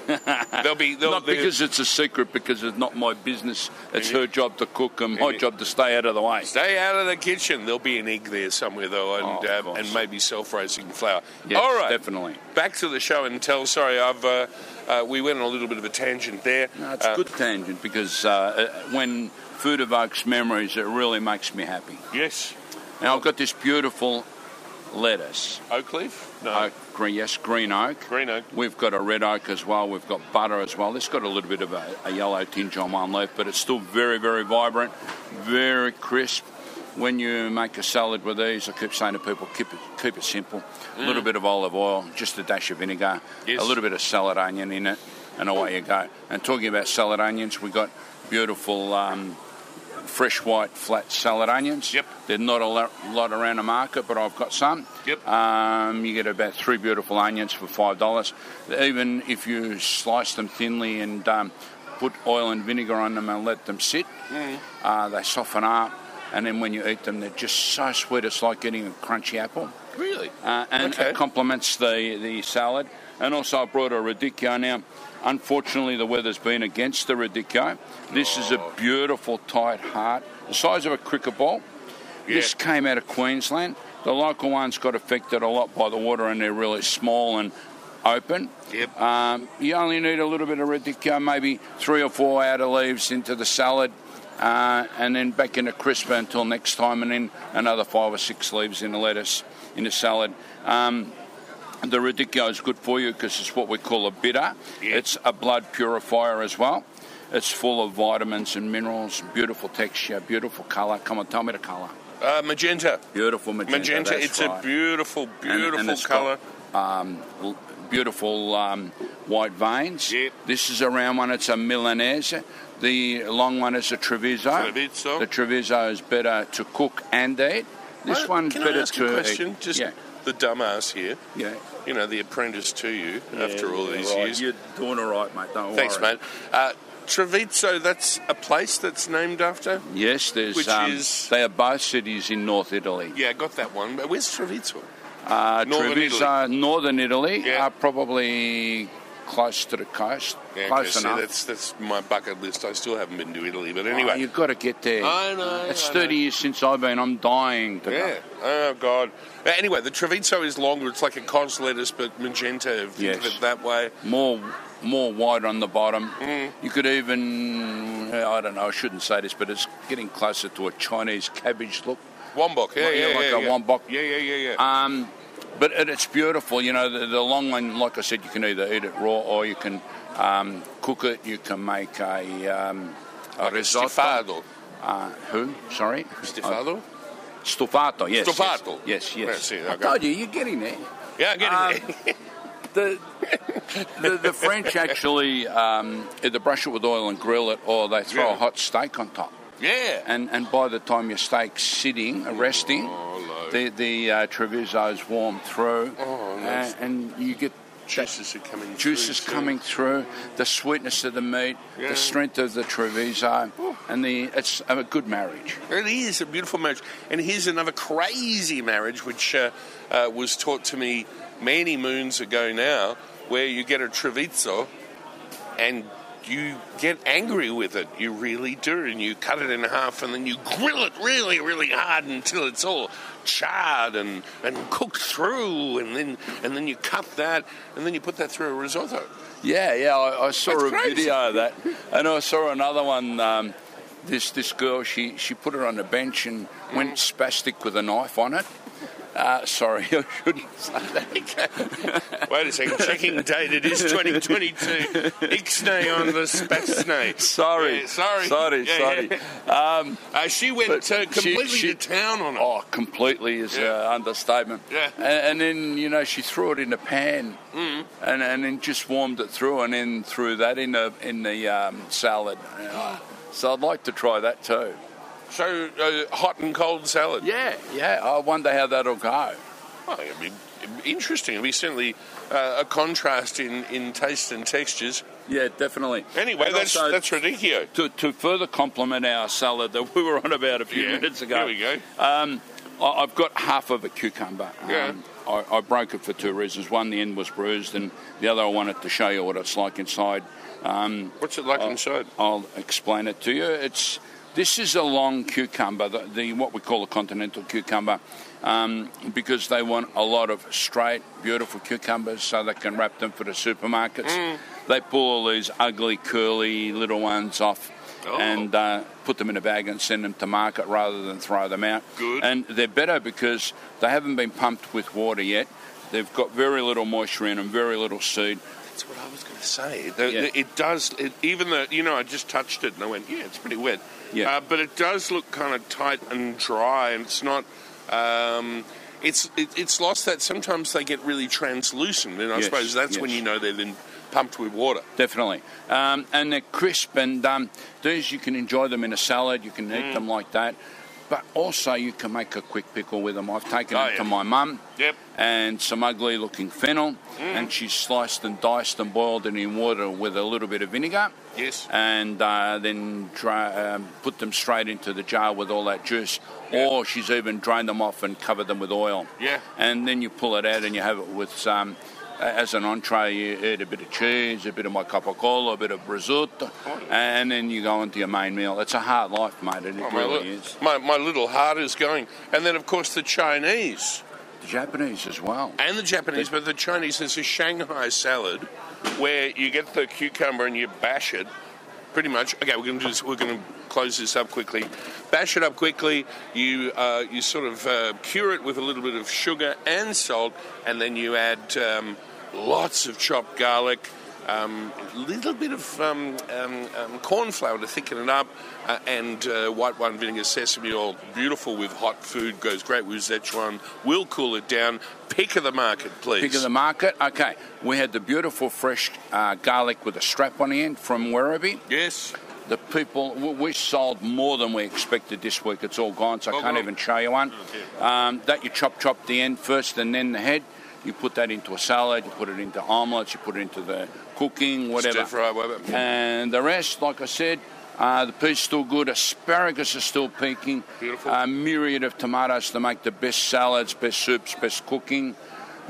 okay. they'll be they'll, not they'll- because it's a secret, because it's not my business. It's her job to cook and my Yeah. job to stay out of the way. Oh, Stay out of the kitchen. There'll be an egg there somewhere, though, and uh, and maybe self-raising flour. Yes, All right, definitely. Back to the show and tell. Sorry, I've uh, uh, we went on a little bit of a tangent there. No, it's a good tangent because uh, uh, when food evokes memories, it really makes me happy. Yes. Now I've got this beautiful lettuce. Oak leaf? No. Oak, green, yes, green oak. Green oak. We've got a red oak as well. We've got butter as well. It's got a little bit of a, a yellow tinge on one leaf, but it's still very, very vibrant, very crisp. When you make a salad with these, I keep saying to people, keep it, keep it simple. A little bit of olive oil, just a dash of vinegar, Mm. Yes. a little bit of salad onion in it, and away you go. And talking about salad onions, we got beautiful um, fresh white flat salad onions. Yep. They're not a lot, lot around the market, but I've got some. Yep. Um, you get about three beautiful onions for five dollars. Even if you slice them thinly and um, put oil and vinegar on them and let them sit, uh, they soften up. And then when you eat them, they're just so sweet. It's like eating a crunchy apple. Really? Uh, and it complements the, the salad. And also, I brought a radicchio. Now, unfortunately, the weather's been against the radicchio. This is a beautiful, tight heart, the size of a cricket ball. This came out of Queensland. The local ones got affected a lot by the water, and they're really small and open. Yep. Um, you only need a little bit of radicchio, maybe three or four outer leaves into the salad, uh, and then back into crisper until next time, and then another five or six leaves in the lettuce in the salad. Um, the radicchio is good for you because it's what we call a bitter. It's a blood purifier as well. It's full of vitamins and minerals, beautiful texture, beautiful colour. Come on, tell me the colour. Uh, magenta. Beautiful magenta. Magenta. that's It's right. a beautiful, And- and beautiful it's got, color. um, l- beautiful um, white veins. This is a round one. It's a Milanese. The long one is a Treviso. Treviso. The Treviso is better to cook and eat. This Uh, one's Can better I ask to a question? eat. Just yeah. the dumbass here. Yeah. You know, the apprentice to you after all yeah, these right. years. You're doing all right, mate. Don't Thanks, worry. mate. Uh, Trevizo, that's a place that's named after? Yes, there's. Which um, is- They are both cities in North Italy. Yeah, I got that one. But where's Trevizo? Uh, Northern Treviso, Northern Italy, uh, probably close to the coast. Yeah, close 'cause, see, enough. that's that's my bucket list. I still haven't been to Italy, but anyway, Oh, you've got to get there. I know, It's I 30 years since I've been. I'm dying to yeah. go. Oh God. Uh, Anyway, the Treviso is longer. It's like a cod's lettuce, but magenta. If you think of Yes. it that way. More, more wide on the bottom. Mm. You could even, I don't know, I shouldn't say this, but it's getting closer to a Chinese cabbage look. Wombok. Yeah, Like- yeah, yeah, like yeah, a yeah. wombok. Yeah, yeah, yeah, yeah. Um, but it, it's beautiful. You know, the, the long one, like I said, you can either eat it raw or you can um, cook it. You can make a, um, a risotto. Stufado. Uh, who? Sorry? Stufado? Uh, Stufato, yes. yes. Stufato. Yes, yes. That's it, I okay. told you, you're getting there. Yeah, I'm getting um, there. the, the, the French actually um, either brush it with oil and grill it, or they throw Yeah. a hot steak on top. Yeah. And and by the time your steak's sitting, uh, resting, the the uh, Treviso's warm through, Oh, uh, nice. and you get juices are coming. juices through, too. coming through, the sweetness of the meat, Yeah. the strength of the Treviso, and the it's a good marriage. It is a beautiful marriage. And here's another crazy marriage, which uh, uh, was taught to me many moons ago now, where you get a Trevizo and you get angry with it. You really do. And you cut it in half and then you grill it really, really hard until it's all charred and, and cooked through. And then, and then you cut that and then you put that through a risotto. Yeah, yeah, I, I saw That's a crazy. video of that, and I saw another one. Um, this this girl, she she put her on a bench and went spastic with a knife on it. Uh, sorry, I shouldn't say that. Wait a second, checking date. It is 2022. Ixnay on the Spatsnay. Sorry, Yeah, sorry. sorry, Yeah, sorry. yeah. Um, Uh, she went But uh, completely she- she- to town on it. oh, completely is an Yeah. understatement. Yeah. And, and then you know she threw it in a pan, Mm-hmm. and and then just warmed it through, and then threw that in the in the um, salad. Uh, so I'd like to try that too. So uh, hot and cold salad. Yeah, yeah. I wonder how that'll go. Oh, it'd be interesting. It'd be certainly uh, a contrast in, in taste and textures. Yeah, definitely. Anyway, And that's also- that's radicchio. To, to further complement our salad that we were on about a few Yeah, minutes ago. here we go. Um, I, I've got half of a cucumber. Um, Yeah. I, I broke it for two reasons. One, the end was bruised, and the other, I wanted to show you what it's like inside. Um, What's it like I'll- inside? I'll explain it to you. It's this is a long cucumber, the, the what we call a continental cucumber, um, because they want a lot of straight, beautiful cucumbers so they can wrap them for the supermarkets. Mm. They pull all these ugly, curly little ones off. Oh. And uh, put them in a bag and send them to market rather than throw them out. Good. And they're better because they haven't been pumped with water yet. They've got very little moisture in them, very little seed. That's what I was going to say. The- Yeah. the- it does. It, even though you know, I just touched it and I went, yeah, it's pretty wet. Yeah. Uh, but it does look kind of tight and dry, and it's not. Um, it's it, it's lost that. Sometimes they get really translucent, and I Yes, suppose that's when yes. you know they've been pumped with water. definitely. Um, and they're crisp, and um, these you can enjoy them in a salad. You can eat Mm. them like that, but also you can make a quick pickle with them. I've taken Oh, them yeah. to my mum. Yep. Mm. And some ugly-looking fennel, and she's sliced and diced and boiled it in water with a little bit of vinegar. Yes. And uh, then dry, um, put them straight into the jar with all that juice, Yeah. or she's even drained them off and covered them with oil. Yeah. And then you pull it out and you have it with um, as an entree. You eat a bit of cheese, a bit of my capocola, a bit of risotto, and then you go into your main meal. It's a hard life, mate. and It Oh, my, really li- is. my, my little heart is going. And then, of course, the Chinese The Japanese as well. and the Japanese, but the Chinese is a Shanghai salad where you get the cucumber and you bash it pretty much. Okay, we're going to do this, we're going to close this up quickly. Bash it up quickly. You uh, you sort of uh, cure it with a little bit of sugar and salt, and then you add um, lots of chopped garlic. Um, a little bit of um, um, um, corn flour to thicken it up, uh, and uh, white wine vinegar, sesame oil, beautiful with hot food, goes great with Szechuan. Will cool it down. Pick of the market, please. Pick of the market. Okay, we had the beautiful fresh uh, garlic with a strap on the end from Werribee. yes. The people, we- we sold more than we expected this week. It's all gone, so I Oh, can't well. even show you one. Um, that you chop, chop the end first and then the head. You put that into a salad, you put it into omelets, you put it into the cooking, whatever. Stir-fry, whatever. And the rest, like I said, uh, the pea's still good. Asparagus is still peaking. Beautiful. A myriad of tomatoes to make the best salads, best soups, best cooking.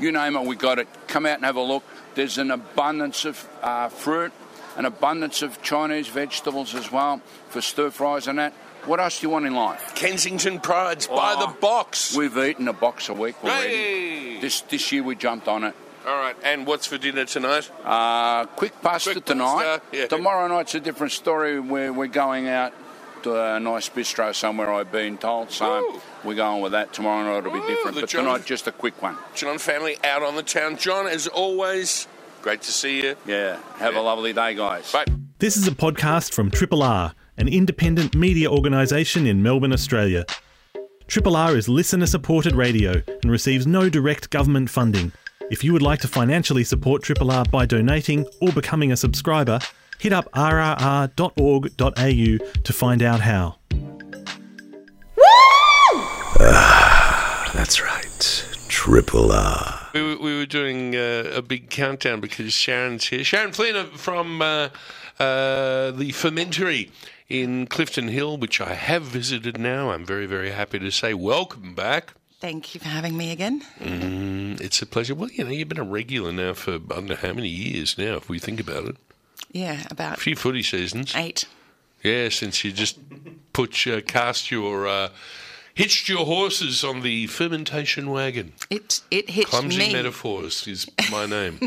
you name it, we got it. Come out and have a look. There's an abundance of uh, fruit, an abundance of Chinese vegetables as well for stir fries and that. What else do you want in life? Kensington Pride's by the box. We've eaten a box a week Oh. already. This this year we jumped on it. All right, and what's for dinner tonight? Uh, quick pasta tonight. Tomorrow night's a different story. We're, we're going out to a nice bistro somewhere, I've been told. So we're going with that. Tomorrow night will be different. the But John- tonight, just a quick one. John family out on the town. John, as always, great to see you. Yeah, have a lovely day, guys. Bye. This is a podcast from Triple R, an independent media organisation in Melbourne, Australia. Triple R is listener supported radio and receives no direct government funding. If you would like to financially support Triple R by donating or becoming a subscriber, hit up rrr.org.au to find out how. That's right. Triple R. We were, we were doing uh, a big countdown because Sharon's here. Sharon Flynn from uh, uh, the Fermentary in Clifton Hill, which I have visited now. I'm very, very happy to say welcome back. Thank you for having me again. Mm, it's a pleasure. Well, you know, you've been a regular now for I don't know how many years now, if we think about it. Yeah, A about few footy seasons. eight. Yeah, since you just put your, cast your, uh, hitched your horses on the fermentation wagon. It it hits Clumsy me. metaphors is my name.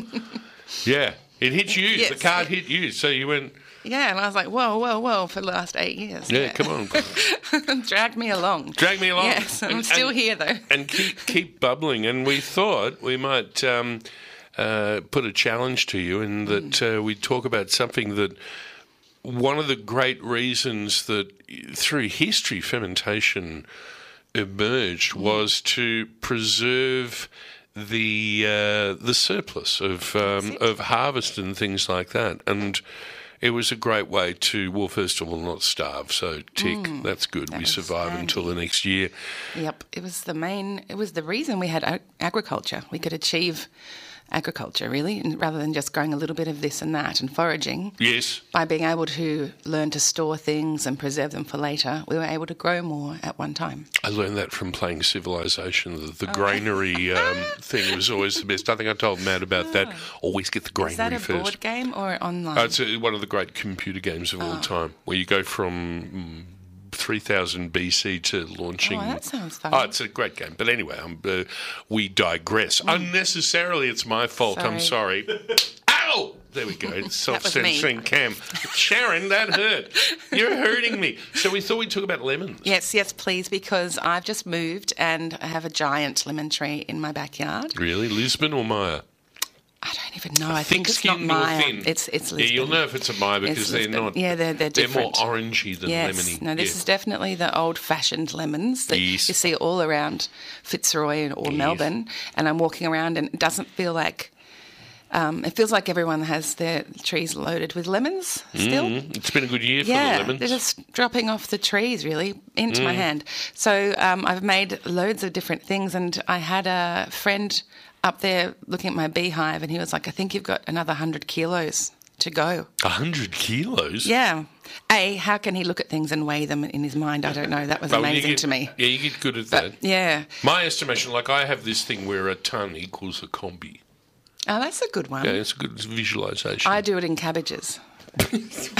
yeah, it hit you. The Yes. card hit you. So you went, Yeah, and I was like, whoa, whoa, whoa, for the last eight years. yeah, come on, on. Dragged me along. drag me along. Yes, I'm And- still and- here though. and keep keep bubbling. And we thought we might um, uh, put a challenge to you in that Hmm. uh, we talk about something that one of the great reasons that through history fermentation emerged was to preserve the uh, the surplus of um, of harvest and things like that and. It was a great way to, well, first of all, not starve. So, tick, Mm. that's good. That we was survive handy. until the next year. Yep, it was the main. It was the reason we had ag- agriculture. We could achieve agriculture really, and rather than just growing a little bit of this and that and foraging. Yes. By being able to learn to store things and preserve them for later, we were able to grow more at one time. I learned that from playing Civilization. That Oh. the granary um, thing was always the best. I think I told Matt about that. Always get the granary Oh. Is that a first. board game or online? Oh. Oh, it's uh, one of the great computer games of all time, where you go from mm, 3000 BC to launching. Oh, that sounds fun. Oh, it's a great game. But anyway, um, uh, we digress. Mm. Unnecessarily, it's my fault. I'm sorry. Ow! Oh, There we go. Self censoring cam. Sharon, that hurt. You're hurting me. So we thought we'd talk about lemons. Yes, yes, please, because I've just moved and I have a giant lemon tree in my backyard. Really? Lisbon or Maya? I don't even know. I think it's not skinned or Maya. thin? It's it's Yeah, Lisbon. you'll know if it's a Maya It's because they're Lisbon. not. Yeah, they're they're different. more orangey than yes. lemony. No, this Yeah. is definitely the old-fashioned lemons that Yes. you see all around Fitzroy and or Melbourne. And I'm walking around, and it doesn't feel like. Um, it feels like everyone has their trees loaded with lemons still. Mm, it's been a good year for yeah, the lemons. they're just dropping off the trees really into my Mm. hand. So um, I've made loads of different things, and I had a friend up there looking at my beehive, and he was like, "I think you've got another hundred kilos to go." A hundred kilos. Yeah. A, how can he look at things and weigh them in his mind? I don't know. That was Well, you amazing get- to me. Yeah, you get good at that. Yeah. My estimation, like I have this thing where a ton equals a combi. Oh, that's a good one. Yeah, it's a good visualization. I do it in cabbages.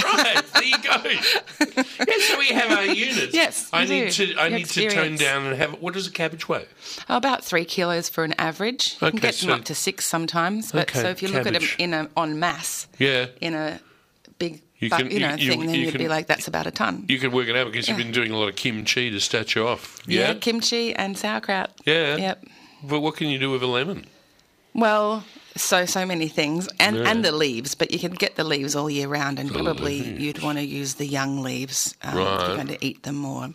right, there you go. yes, so we have our units. Yes, I you need do. to. I You need to tone experience. down and have. What does a cabbage weigh? Oh, about three kilos for an average. You Okay, can get so- them up to six sometimes. But Okay, so if you look at them cabbage. in a, on mass, Yeah. in a big, You you, can- you know, you- you- thing, then you you would be can- like, that's about a ton. You can work it out because you've Yeah. been doing a lot of kimchi to statue off. Yeah, Yeah. kimchi and sauerkraut. Yeah. Yep. But what can you do with a lemon? Well, so so many things, and Yeah. and the leaves, but you can get the leaves all year round, and The probably leaves. you'd want to use the young leaves um, if Right. you're going to eat them more.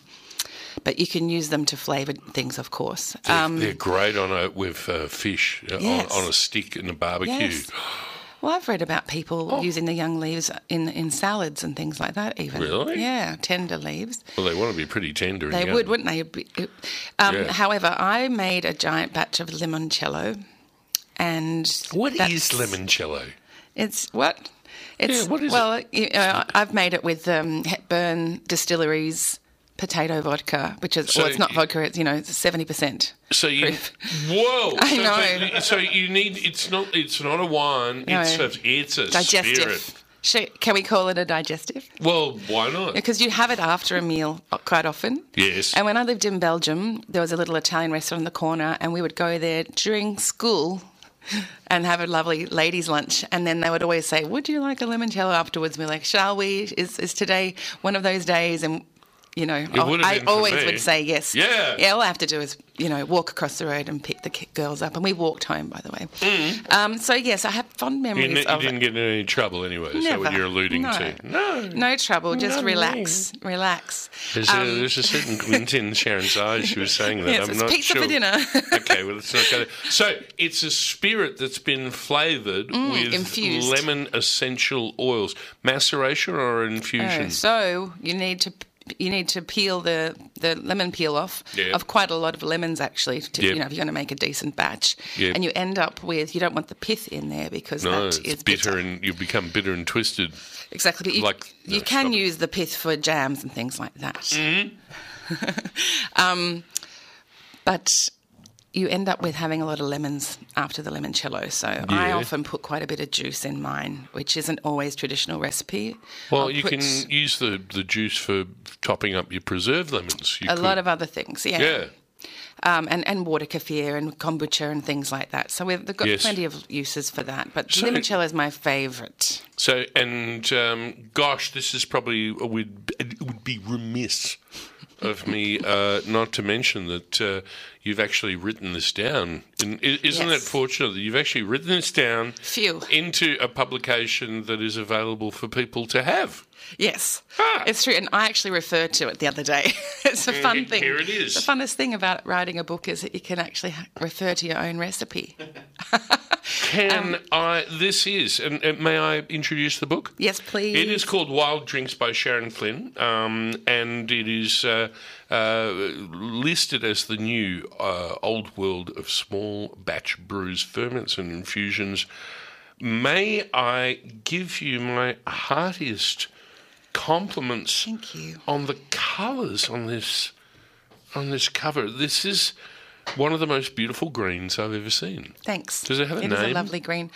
But you can use them to flavour things, of course. They're, they're great on a with uh, fish uh, Um, Yes. on, on a stick in a barbecue. Yes. Well, I've read about people Oh. using the young leaves in, in salads and things like that. Even Really? yeah, tender leaves. Well, they want to be pretty tender. and They young. would, wouldn't they? Be- Um, Yeah. However, I made a giant batch of limoncello, and What that's- is limoncello? It's what? It's uh, what is well, you know, I've made it with um, Hepburn Distilleries potato vodka, which is, So well, it's not you- vodka, it's, you know, it's 70%. So you, whoa! I so, know. So, so you need. It's not. It's not a wine. No. It's a. It's a digestive. spirit. Should- can we call it a digestive? Well, why not? Because you have it after a meal quite often. Yes. And when I lived in Belgium, there was a little Italian restaurant in the corner, and we would go there during school and have a lovely ladies' lunch. And then they would always say, Would you like a limoncello afterwards? And we're like, Shall we? Is, is today one of those days? And, you know, It would have I been for always me. would say yes. Yeah. Yeah, all I have to do is, you know, walk across the road and pick the ki- girls up. And we walked home, by the way. Um, so, yes, I have fond Mm. You, memories ne- you of didn't it. get in any trouble anyway. Is that what Never. you're alluding No. to? No. No Oh, trouble, just Not me. relax, relax. There's, a, Um, there's a certain glint in Sharon's eyes. She was saying that. Yes, I'm it's not pizza sure. for dinner. okay, well, let's not go there. So it's a spirit that's been flavoured Mm, with infused. lemon essential oils. Maceration or infusion? Oh, so you need to you need to peel the, the lemon peel off Yeah. of quite a lot of lemons actually. To, Yep. You know, if you're going to make a decent batch, Yep. and you end up with you don't want the pith in there because no, that it's is bitter, and you become bitter and twisted. exactly. But you, like you no, can stop it. Mm-hmm. use the pith for jams and things like that. um, but you end up with having a lot of lemons after the limoncello. So I Yeah. often put quite a bit of juice in mine, which isn't always traditional recipe. Well, I'll you put- can use the, the juice for topping up your preserved lemons. You a could- lot of other things. Yeah. Yeah. Um, and, and water kefir and kombucha and things like that. So we've they've got Yes. plenty of uses for that. But So- limoncello is my favourite. So, and um, gosh, this is probably would it would be remiss of me uh, not to mention that uh, you've actually written this down. And i- isn't Yes. that fortunate that you've actually written this down Phew. into a publication that is available for people to have? Yes, Ah. it's true. And I actually referred to it the other day. it's a fun Here- thing. here it is. The funnest thing about writing a book is that you can actually ha- refer to your own recipe. Um, Can I? This is, and, and may I introduce the book? Yes, please. It is called Wild Drinks by Sharon Flynn, um, and it is uh, uh, listed as the new uh, old world of small batch brews, ferments, and infusions. May I give you my heartiest compliments Thank you. on the colours on this on this cover. This is one of the most beautiful greens I've ever seen. Thanks. Does it have a It is name? a lovely green.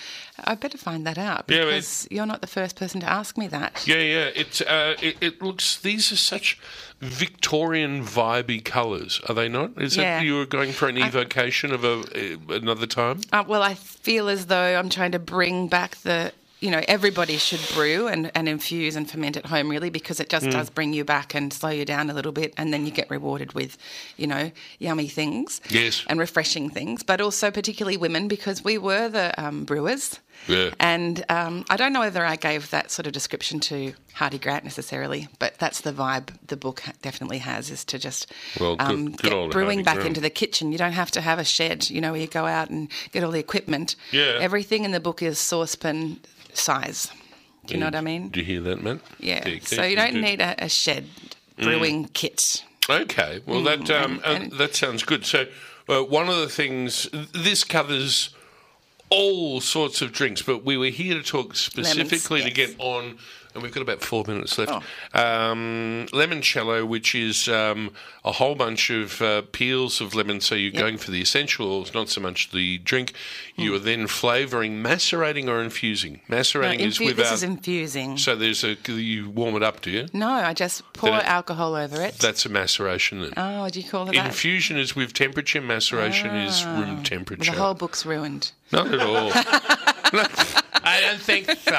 I better find that out Yeah, but- because you're not the first person to ask me that. Yeah, yeah. It, uh, it it looks. These are such Victorian vibey colours, are they not? Is Yeah. that you were going for an I- evocation of a uh, another time? Uh, well, I feel as though I'm trying to bring back the, you know, everybody should brew and, and infuse and ferment at home, really, because it just Mm. does bring you back and slow you down a little bit. And then you get rewarded with, you know, yummy things Yes. and refreshing things, but also particularly women, because we were the um, brewers. Yeah. And um, I don't know whether I gave that sort of description to Hardy Grant necessarily, but that's the vibe the book ha- definitely has is to just Well, good- um, good get old Hardy brewing back Grant. into the kitchen. You don't have to have a shed, you know, where you go out and get all the equipment. Yeah. Everything in the book is saucepan size. Do you know what I mean? Do you hear that, man? Yeah. So you don't need a, a shed Mm. brewing kit. Okay. Well, that Mm, um, uh, that sounds good. So uh, one of the things this covers all sorts of drinks, but we were here to talk specifically to get on. And we've got about four minutes Oh. left. Um, limoncello, which is um, a whole bunch of uh, peels of lemon. So you're going for the essential oils, not so much the drink. You are then flavouring, macerating, or infusing. Macerating Mm. No, is infu- without. this is infusing. so there's a you warm it up, do you? No, I just pour Then it- alcohol over it. That's a maceration then. Oh, do you call it that? Infusion is with temperature, maceration is room temperature. The whole book's ruined. Not at all. No, I don't think so.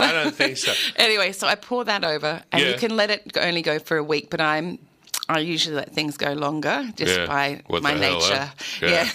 I don't think so. Anyway, so I pour that over, and Yeah. you can let it go- only go for a week, but I'm. I usually let things go longer just Yeah. by What my the hell, eh? nature. Yeah.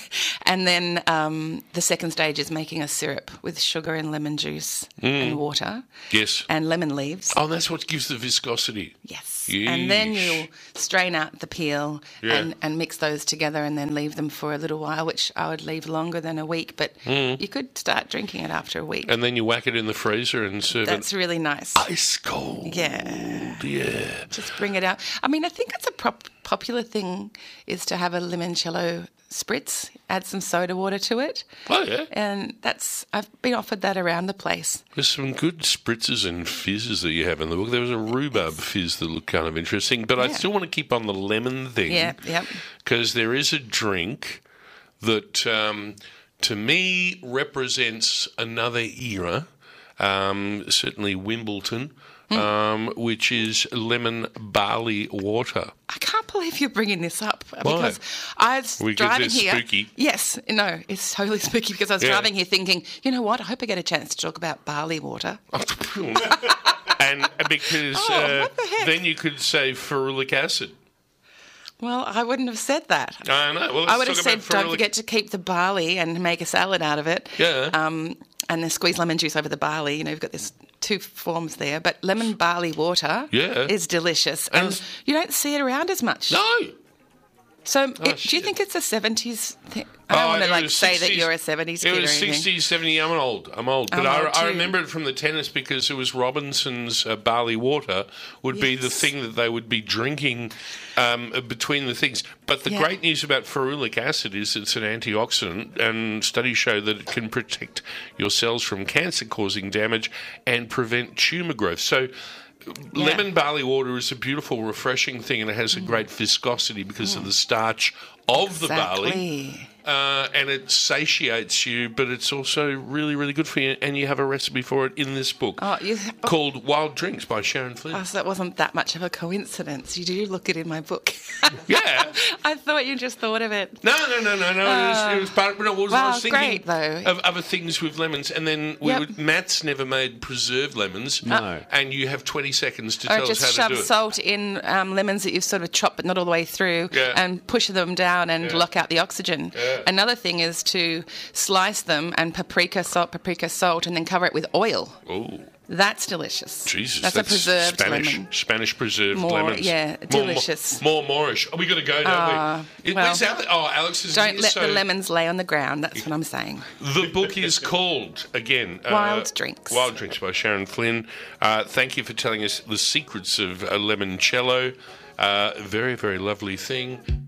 And then um, the second stage is making a syrup with sugar and lemon juice Mm. and water Yes. and lemon leaves. Oh, that's what gives the viscosity. Yes. And then you'll strain out the peel Yeah. and, and mix those together and then leave them for a little while, which I would leave longer than a week, but Mm. you could start drinking it after a week. And then you whack it in the freezer and serve That's it. really nice. Ice cold. Yeah. Yeah. Just bring it out. I mean, I think it's a prop- popular thing is to have a limoncello spritz, add some soda water to it. Oh, yeah. And that's I've been offered that around the place. There's some good spritzes and fizzes that you have in the book. There was a rhubarb fizz that looked kind of interesting, but I Yeah. still want to keep on the lemon thing. Yeah, yep. Because there is a drink that, um, to me, represents another era, um, certainly Wimbledon, um, which is lemon barley water. I can't believe you're bringing this up uh, Why? because I was We get driving this here. spooky. Yes, no, it's totally spooky because I was Yeah. driving here thinking, you know what? I hope I get a chance to talk about barley water. and because uh, then you could say ferulic acid. Well, I wouldn't have said that. I know. Well, let's I would have talk said, about don't ferulic- forget to keep the barley and make a salad out of it. Yeah. Um, and then squeeze lemon juice over the barley. You know, you've got this two forms there, but lemon barley water Yeah. is delicious, and, you don't see it around as much. No. So, Oh, it, do you shit. think it's a seventies thing? I don't Oh, want to it like was say that 60s you're a seventies kid It was or anything. 60s, 70s. I'm old. I'm old. I'm But I, old I too. remember it from the tennis because it was Robinson's uh, barley water would be the thing that they would be drinking um, between the things. But the Yeah. great news about ferulic acid is it's an antioxidant, and studies show that it can protect your cells from cancer causing damage and prevent tumor growth. So. Lemon barley water is a beautiful, refreshing thing, and it Mm. has a great viscosity because of the starch of the barley. Uh, and it satiates you, but it's also really, really good for you. And you have a recipe for it in this book Oh, you, called Wild Drinks by Sharon Flynn. oh, so that wasn't that much of a coincidence. You do look it in my book. yeah. I thought you just thought of it. No, no, no, no, no. it, was, it was part of no, it was, I wow, was Uh, thinking great, though. of other things with lemons. And then we Yep. would, Matt's never made preserved lemons. No. And you have 20 seconds to Or tell just us how to shove do it. salt in um, lemons that you've sort of chopped but not all the way through Yeah. and push them down and Yeah. lock out the oxygen. Yeah. Another thing is to slice them and paprika, salt, paprika, salt, and then cover it with oil. Oh, That's delicious. Jesus. That's, a preserved Spanish, lemon. Spanish preserved More- lemons. yeah, More- delicious. More, Moorish. Oh, we got to go, don't Ah, we? It- well, where's Ale- oh, Alex is Don't here, let so- the lemons lay on the ground. That's what I'm saying. The book is called, again, uh, Wild Drinks. Wild Drinks by Sharon Flynn. Uh, thank you for telling us the secrets of uh, limoncello. Uh, very, very lovely thing.